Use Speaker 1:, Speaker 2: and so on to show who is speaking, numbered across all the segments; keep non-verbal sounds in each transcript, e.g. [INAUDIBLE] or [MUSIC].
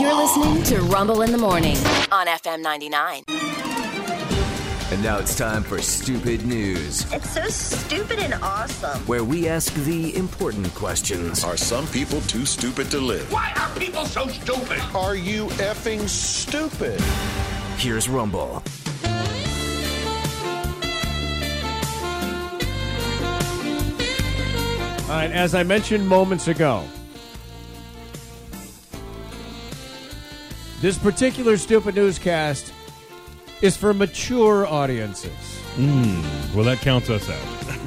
Speaker 1: You're listening to Rumble in the Morning on FM 99.
Speaker 2: And now it's time for Stupid News,
Speaker 3: It's so stupid and awesome.
Speaker 2: where we ask the important questions.
Speaker 4: Are some people too stupid to live?
Speaker 5: Why are people so stupid?
Speaker 6: Are you effing stupid?
Speaker 2: Here's Rumble.
Speaker 7: All right, as I mentioned moments ago, this particular stupid newscast is for mature audiences.
Speaker 8: Hmm. Well, that counts us out.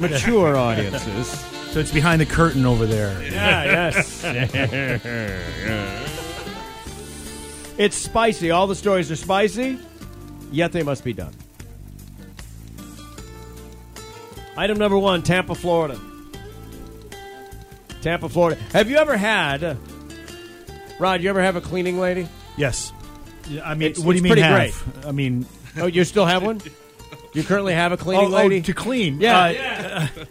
Speaker 7: [LAUGHS] Mature audiences.
Speaker 9: So it's behind the curtain over there.
Speaker 7: Yeah,
Speaker 8: [LAUGHS]
Speaker 7: yes. it's spicy. All the stories are spicy, yet they must be done. Item number one Tampa, Florida. Tampa, Florida. Have you ever had, Rod, you ever have a cleaning lady?
Speaker 9: Yes. Yeah, I mean,
Speaker 7: It's-
Speaker 9: what
Speaker 7: it's
Speaker 9: do you
Speaker 7: pretty
Speaker 9: mean half? I mean,
Speaker 7: Oh, you still have one? You currently have a
Speaker 9: oh,
Speaker 7: cleaning
Speaker 9: oh,
Speaker 7: lady?
Speaker 9: to clean.
Speaker 7: Yeah.
Speaker 9: Uh,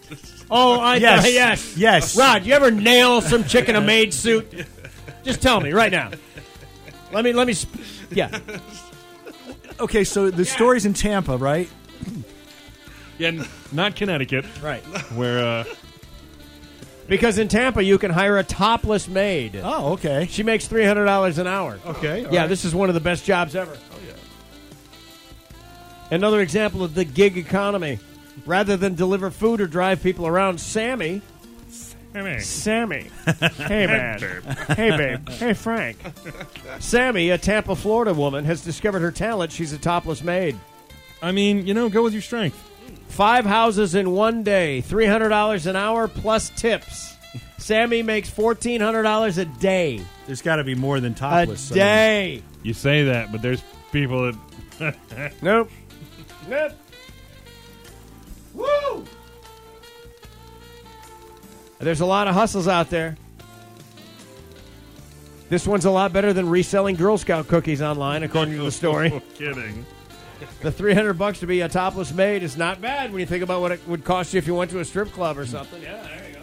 Speaker 7: oh, I
Speaker 9: [LAUGHS] yes.
Speaker 7: [LAUGHS] yes.
Speaker 9: Yes.
Speaker 7: Rod, you ever nail some chick in a maid suit? Just tell me right now. Let me, let me, sp- yeah.
Speaker 9: Okay, so the story's in Tampa, right?
Speaker 8: Yeah, n- not Connecticut,
Speaker 7: Right.
Speaker 8: where uh,
Speaker 7: Because in Tampa, you can hire a topless maid.
Speaker 9: Oh, okay.
Speaker 7: She makes three hundred dollars an hour.
Speaker 9: Okay. all
Speaker 7: yeah,
Speaker 9: right.
Speaker 7: this is one of the best jobs ever. Oh yeah. Another example of the gig economy. Rather than deliver food or drive people around, Sammy. [LAUGHS] Sammy. Hey man. hey babe. Hey Frank. Sammy, a Tampa, Florida woman, has discovered her talent. She's a topless maid.
Speaker 8: I mean, you know, go with your strength.
Speaker 7: Five houses in one day, three hundred dollars an hour plus tips. Sammy makes fourteen hundred dollars a day.
Speaker 9: There's got to be more than
Speaker 7: A
Speaker 9: topless. I mean,
Speaker 7: day.
Speaker 8: You say that, but there's people that [LAUGHS]
Speaker 7: Nope. Nope. Woo! There's a lot of hustles out there. This one's a lot better than reselling Girl Scout cookies online, according to the story.
Speaker 8: kidding.
Speaker 7: the 300 bucks to be a topless maid is not bad when you think about what it would cost you if you went to a strip club or something. Yeah, there you go.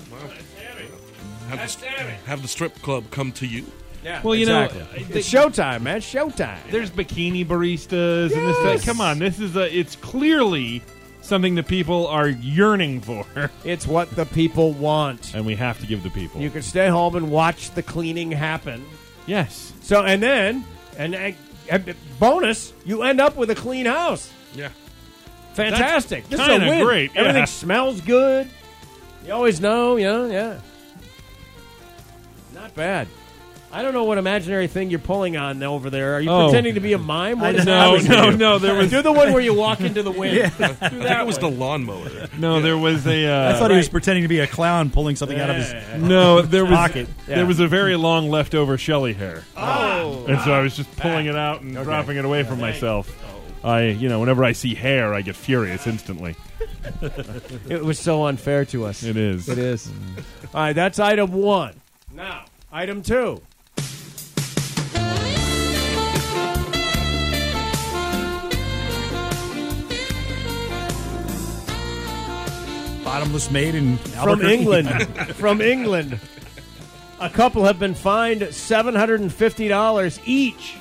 Speaker 10: Have the, have the strip club come to you.
Speaker 7: Yeah,
Speaker 8: Well, you know,
Speaker 7: exactly. it's showtime, man. Showtime.
Speaker 8: There's bikini baristas and this. That.
Speaker 7: Yes.
Speaker 8: Come on, this is a. It's clearly something that people are yearning for,
Speaker 7: It's what the people want.
Speaker 8: and we have to give the people.
Speaker 7: You can stay home and watch the cleaning happen.
Speaker 8: yes,
Speaker 7: So and then and, and, and bonus, you end up with a clean house.
Speaker 10: Yeah.
Speaker 7: Fantastic.
Speaker 8: That's
Speaker 7: this is a
Speaker 8: kinda
Speaker 7: win.
Speaker 8: great, yeah.
Speaker 7: Everything smells good. You always know, you know, yeah. Not bad. I don't know what imaginary thing you're pulling on over there. Are you
Speaker 8: Oh.
Speaker 7: pretending to be a mime? What is
Speaker 8: no,
Speaker 7: that?
Speaker 8: no, no. There was
Speaker 7: Do the one where you walk into the
Speaker 8: [LAUGHS]
Speaker 7: wind. [LAUGHS]
Speaker 10: I think it was the lawnmower.
Speaker 8: no. There was
Speaker 9: [LAUGHS]
Speaker 8: a. Uh,
Speaker 9: I thought he was pretending to be a clown pulling something out of his.
Speaker 8: [LAUGHS] no. There was
Speaker 9: Pocket.
Speaker 7: Yeah.
Speaker 8: [LAUGHS] There was a very long leftover Shelly hair.
Speaker 7: Oh,
Speaker 8: And so I was just pulling it out and dropping it away from myself.
Speaker 9: Oh.
Speaker 8: I, you know, whenever I see hair, I get furious instantly.
Speaker 7: it was so unfair to us.
Speaker 8: It is.
Speaker 7: It is. All right, that's item one. Now, item two.
Speaker 9: bottomless maid in
Speaker 7: from
Speaker 9: Albuquerque.
Speaker 7: England. from England. A couple have been fined $750 each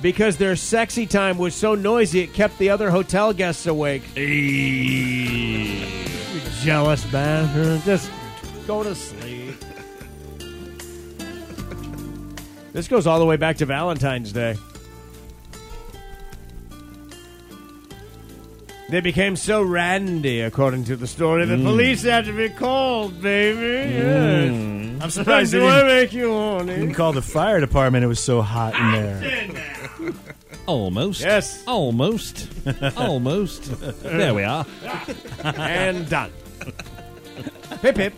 Speaker 7: because their sexy time was so noisy it kept the other hotel guests awake. Jealous bastard. Just go to sleep. this goes all the way back to Valentine's Day. They became so randy, according to the story.
Speaker 9: Mm.
Speaker 7: The police had to be called, baby. Yes.
Speaker 9: Mm. I'm surprised they
Speaker 7: Do I
Speaker 9: didn't,
Speaker 7: make you horny?
Speaker 9: didn't call the fire department. It was so hot in there.
Speaker 8: Almost.
Speaker 7: Yes.
Speaker 8: Almost.
Speaker 7: [LAUGHS]
Speaker 8: Almost. there we are.
Speaker 7: and done. Pip pip.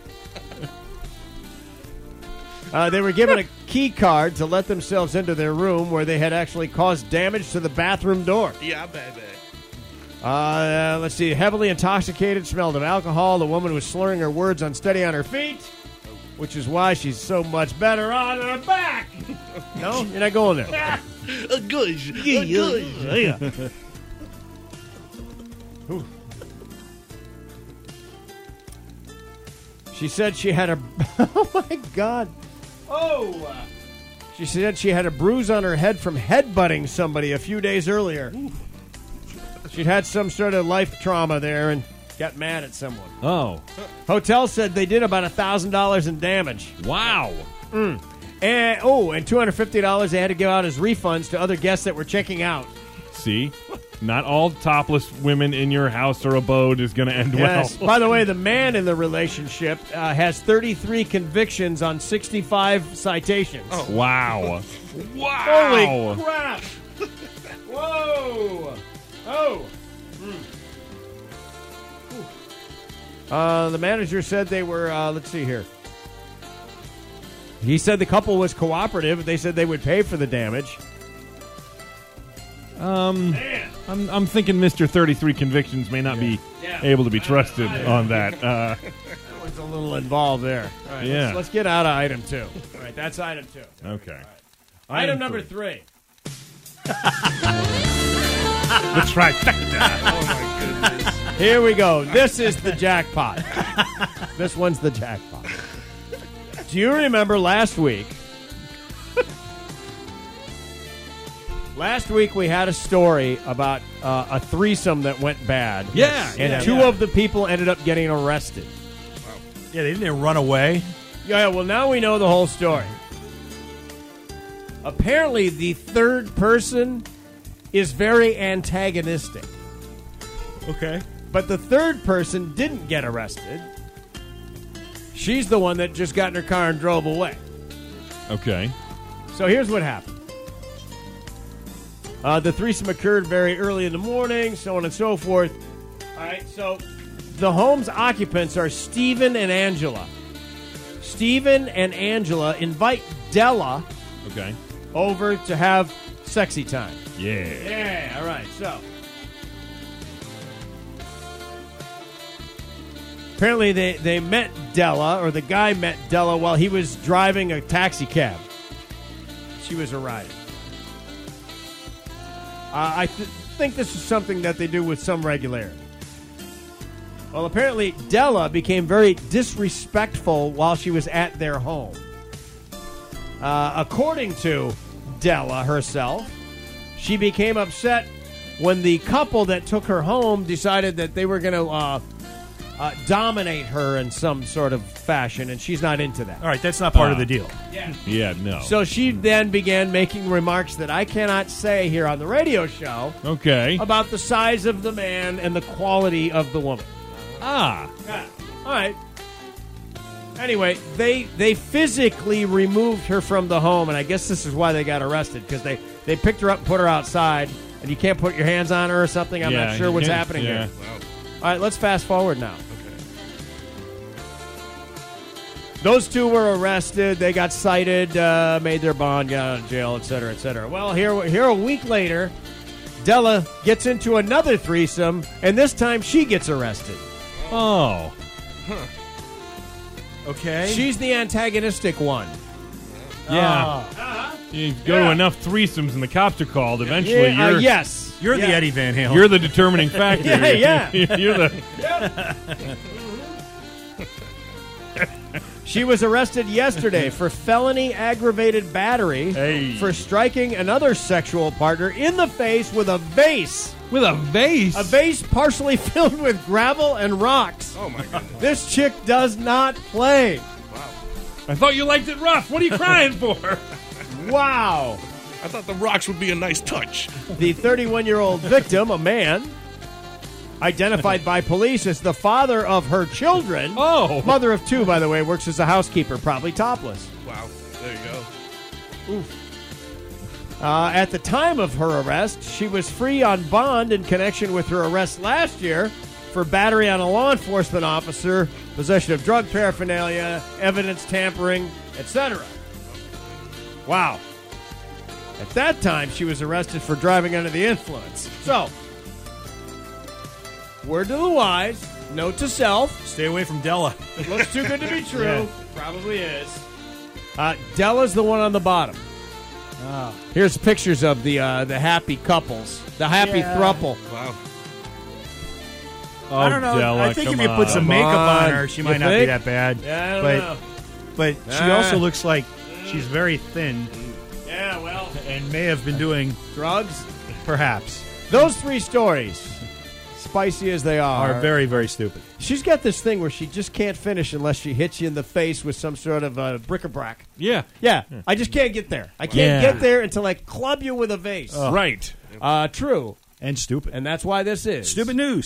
Speaker 7: Uh, they were given a key card to let themselves into their room where they had actually caused damage to the bathroom door.
Speaker 10: Yeah, baby.
Speaker 7: Uh, let's see. Heavily intoxicated, smelled of alcohol. The woman was slurring her words, unsteady on her feet, which is why she's so much better on her back. no, you're not going there.
Speaker 10: A gosh. A gosh.
Speaker 7: [LAUGHS] [LAUGHS] She said she had a. Oh my God. Oh. She said she had a bruise on her head from headbutting somebody a few days earlier. She'd had some sort of life trauma there and got mad at someone.
Speaker 8: Oh,
Speaker 7: Hotel said they did about $1,000 in damage.
Speaker 10: Wow.
Speaker 7: And oh, and two hundred fifty dollars they had to give out as refunds to other guests that were checking out.
Speaker 8: see, not all topless women in your house or abode is going to end
Speaker 7: Yes.
Speaker 8: well.
Speaker 7: By the way, the man in the relationship uh, has thirty three convictions on sixty five citations. Oh,
Speaker 8: Wow.
Speaker 7: holy
Speaker 8: wow.
Speaker 7: crap! Whoa! Oh. Uh, the manager said they were. Uh, let's see here. He said the couple was cooperative. They said they would pay for the damage.
Speaker 8: I'm, I'm thinking Mr. 33 convictions may not be able to be trusted on that. Uh,
Speaker 7: was a little involved there. All right,
Speaker 8: Yeah.
Speaker 7: let's, let's get out of item two. [LAUGHS] All right, that's item two.
Speaker 8: okay.
Speaker 7: Item, number three.
Speaker 8: The trifecta.
Speaker 7: Here we go. This is the jackpot. this one's the jackpot. Do you remember last week? Last week we had a story about uh, a threesome that went bad.
Speaker 10: Yeah,
Speaker 7: and
Speaker 10: yeah,
Speaker 7: two
Speaker 10: yeah.
Speaker 7: of the people ended up getting arrested.
Speaker 9: [LAUGHS] Yeah, they didn't run away.
Speaker 7: Yeah, well, now we know the whole story. Apparently, the third person is very antagonistic,
Speaker 9: Okay.
Speaker 7: but the third person didn't get arrested. She's the one that just got in her car and drove away.
Speaker 8: okay.
Speaker 7: So here's what happened. Uh, the threesome occurred very early in the morning, so on and so forth. All right, so the home's occupants are Stephen and Angela. Stephen and Angela invite Della
Speaker 8: Okay.
Speaker 7: over to have sexy time.
Speaker 8: Yeah.
Speaker 7: Yeah, all right, so. Apparently, they, they met Della, or the guy met Della while he was driving a taxi cab. She was a rider. Uh, I th- think this is something that they do with some regularity. Well, apparently, Della became very disrespectful while she was at their home. Uh, according to Della herself, she became upset when the couple that took her home decided that they were going to uh, uh, dominate her in some sort of fashion, and she's not into that.
Speaker 9: All right, that's not part
Speaker 8: Uh,
Speaker 9: of the deal.
Speaker 8: Yeah, no.
Speaker 7: So she then began making remarks that I cannot say here on the radio show
Speaker 8: okay.
Speaker 7: about the size of the man and the quality of the woman.
Speaker 8: Ah.
Speaker 7: All right. Anyway, they they physically removed her from the home, and I guess this is why they got arrested because they they picked her up and put her outside, and you can't put your hands on her or something. I'm
Speaker 8: Yeah,
Speaker 7: not sure
Speaker 8: you
Speaker 7: what's
Speaker 8: can't-
Speaker 7: happening
Speaker 8: yeah.
Speaker 7: here. All right, let's fast forward now. Those two were arrested. They got cited, uh, made their bond, got out of jail, et cetera, et cetera. Well, here, here a week later, Della gets into another threesome, and this time she gets arrested.
Speaker 8: Oh.
Speaker 9: Okay.
Speaker 7: She's the antagonistic one. Ah.
Speaker 8: Yeah. You go to enough threesomes and the cops are called. Eventually,
Speaker 7: Yeah, uh,
Speaker 8: you're
Speaker 7: yes.
Speaker 9: you're
Speaker 7: Yeah.
Speaker 9: the Eddie Van Halen.
Speaker 8: you're the determining factor.
Speaker 7: Yeah, yeah.
Speaker 8: [LAUGHS] you're the
Speaker 7: She was arrested yesterday for felony aggravated battery
Speaker 8: Hey.
Speaker 7: for striking another sexual partner in the face with a vase.
Speaker 8: with a vase.
Speaker 7: A vase partially [LAUGHS] filled with gravel and rocks.
Speaker 10: Oh, my God.
Speaker 7: This chick does not play.
Speaker 8: I thought you liked it rough. What are you crying for?
Speaker 7: Wow.
Speaker 10: I thought the rocks would be a nice touch.
Speaker 7: The 31 year old victim, a man, identified by police as the father of her children.
Speaker 8: Oh.
Speaker 7: Mother of two, by the way, works as a housekeeper, probably topless.
Speaker 10: Wow. There you go.
Speaker 7: Uh, at the time of her arrest, she was free on bond in connection with her arrest last year for battery on a law enforcement officer, possession of drug paraphernalia, evidence tampering, etc. Wow. At that time, she was arrested for driving under the influence. So, word to the wise, note to self,
Speaker 9: Stay away from Della.
Speaker 7: Looks too good to [LAUGHS] be true. Probably is. Uh, Della's the one on the bottom. Here's pictures of the uh, the happy couples, the happy thruple.
Speaker 10: Wow.
Speaker 8: Oh,
Speaker 9: I don't know.
Speaker 8: Della,
Speaker 9: I think if
Speaker 8: come
Speaker 9: you put
Speaker 8: on.
Speaker 9: some makeup on
Speaker 7: on.
Speaker 9: her, she
Speaker 7: You
Speaker 9: might not
Speaker 7: think?
Speaker 9: be that bad.
Speaker 7: Yeah, I don't
Speaker 9: but
Speaker 7: know.
Speaker 9: but she
Speaker 7: Ah.
Speaker 9: also looks like she's very thin.
Speaker 7: Yeah, well,
Speaker 9: and may have been doing,
Speaker 7: drugs.
Speaker 9: perhaps,
Speaker 7: Those three stories, spicy as they are,
Speaker 9: are very, very stupid.
Speaker 7: She's got this thing where she just can't finish unless she hits you in the face with some sort of uh, bric-a-brac.
Speaker 10: Yeah.
Speaker 7: Yeah, I just can't get there. I
Speaker 10: Yeah.
Speaker 7: can't get there until I club you with a vase.
Speaker 9: Oh.
Speaker 10: Right.
Speaker 7: Uh, true,
Speaker 9: And stupid.
Speaker 7: and that's why this is
Speaker 9: stupid news.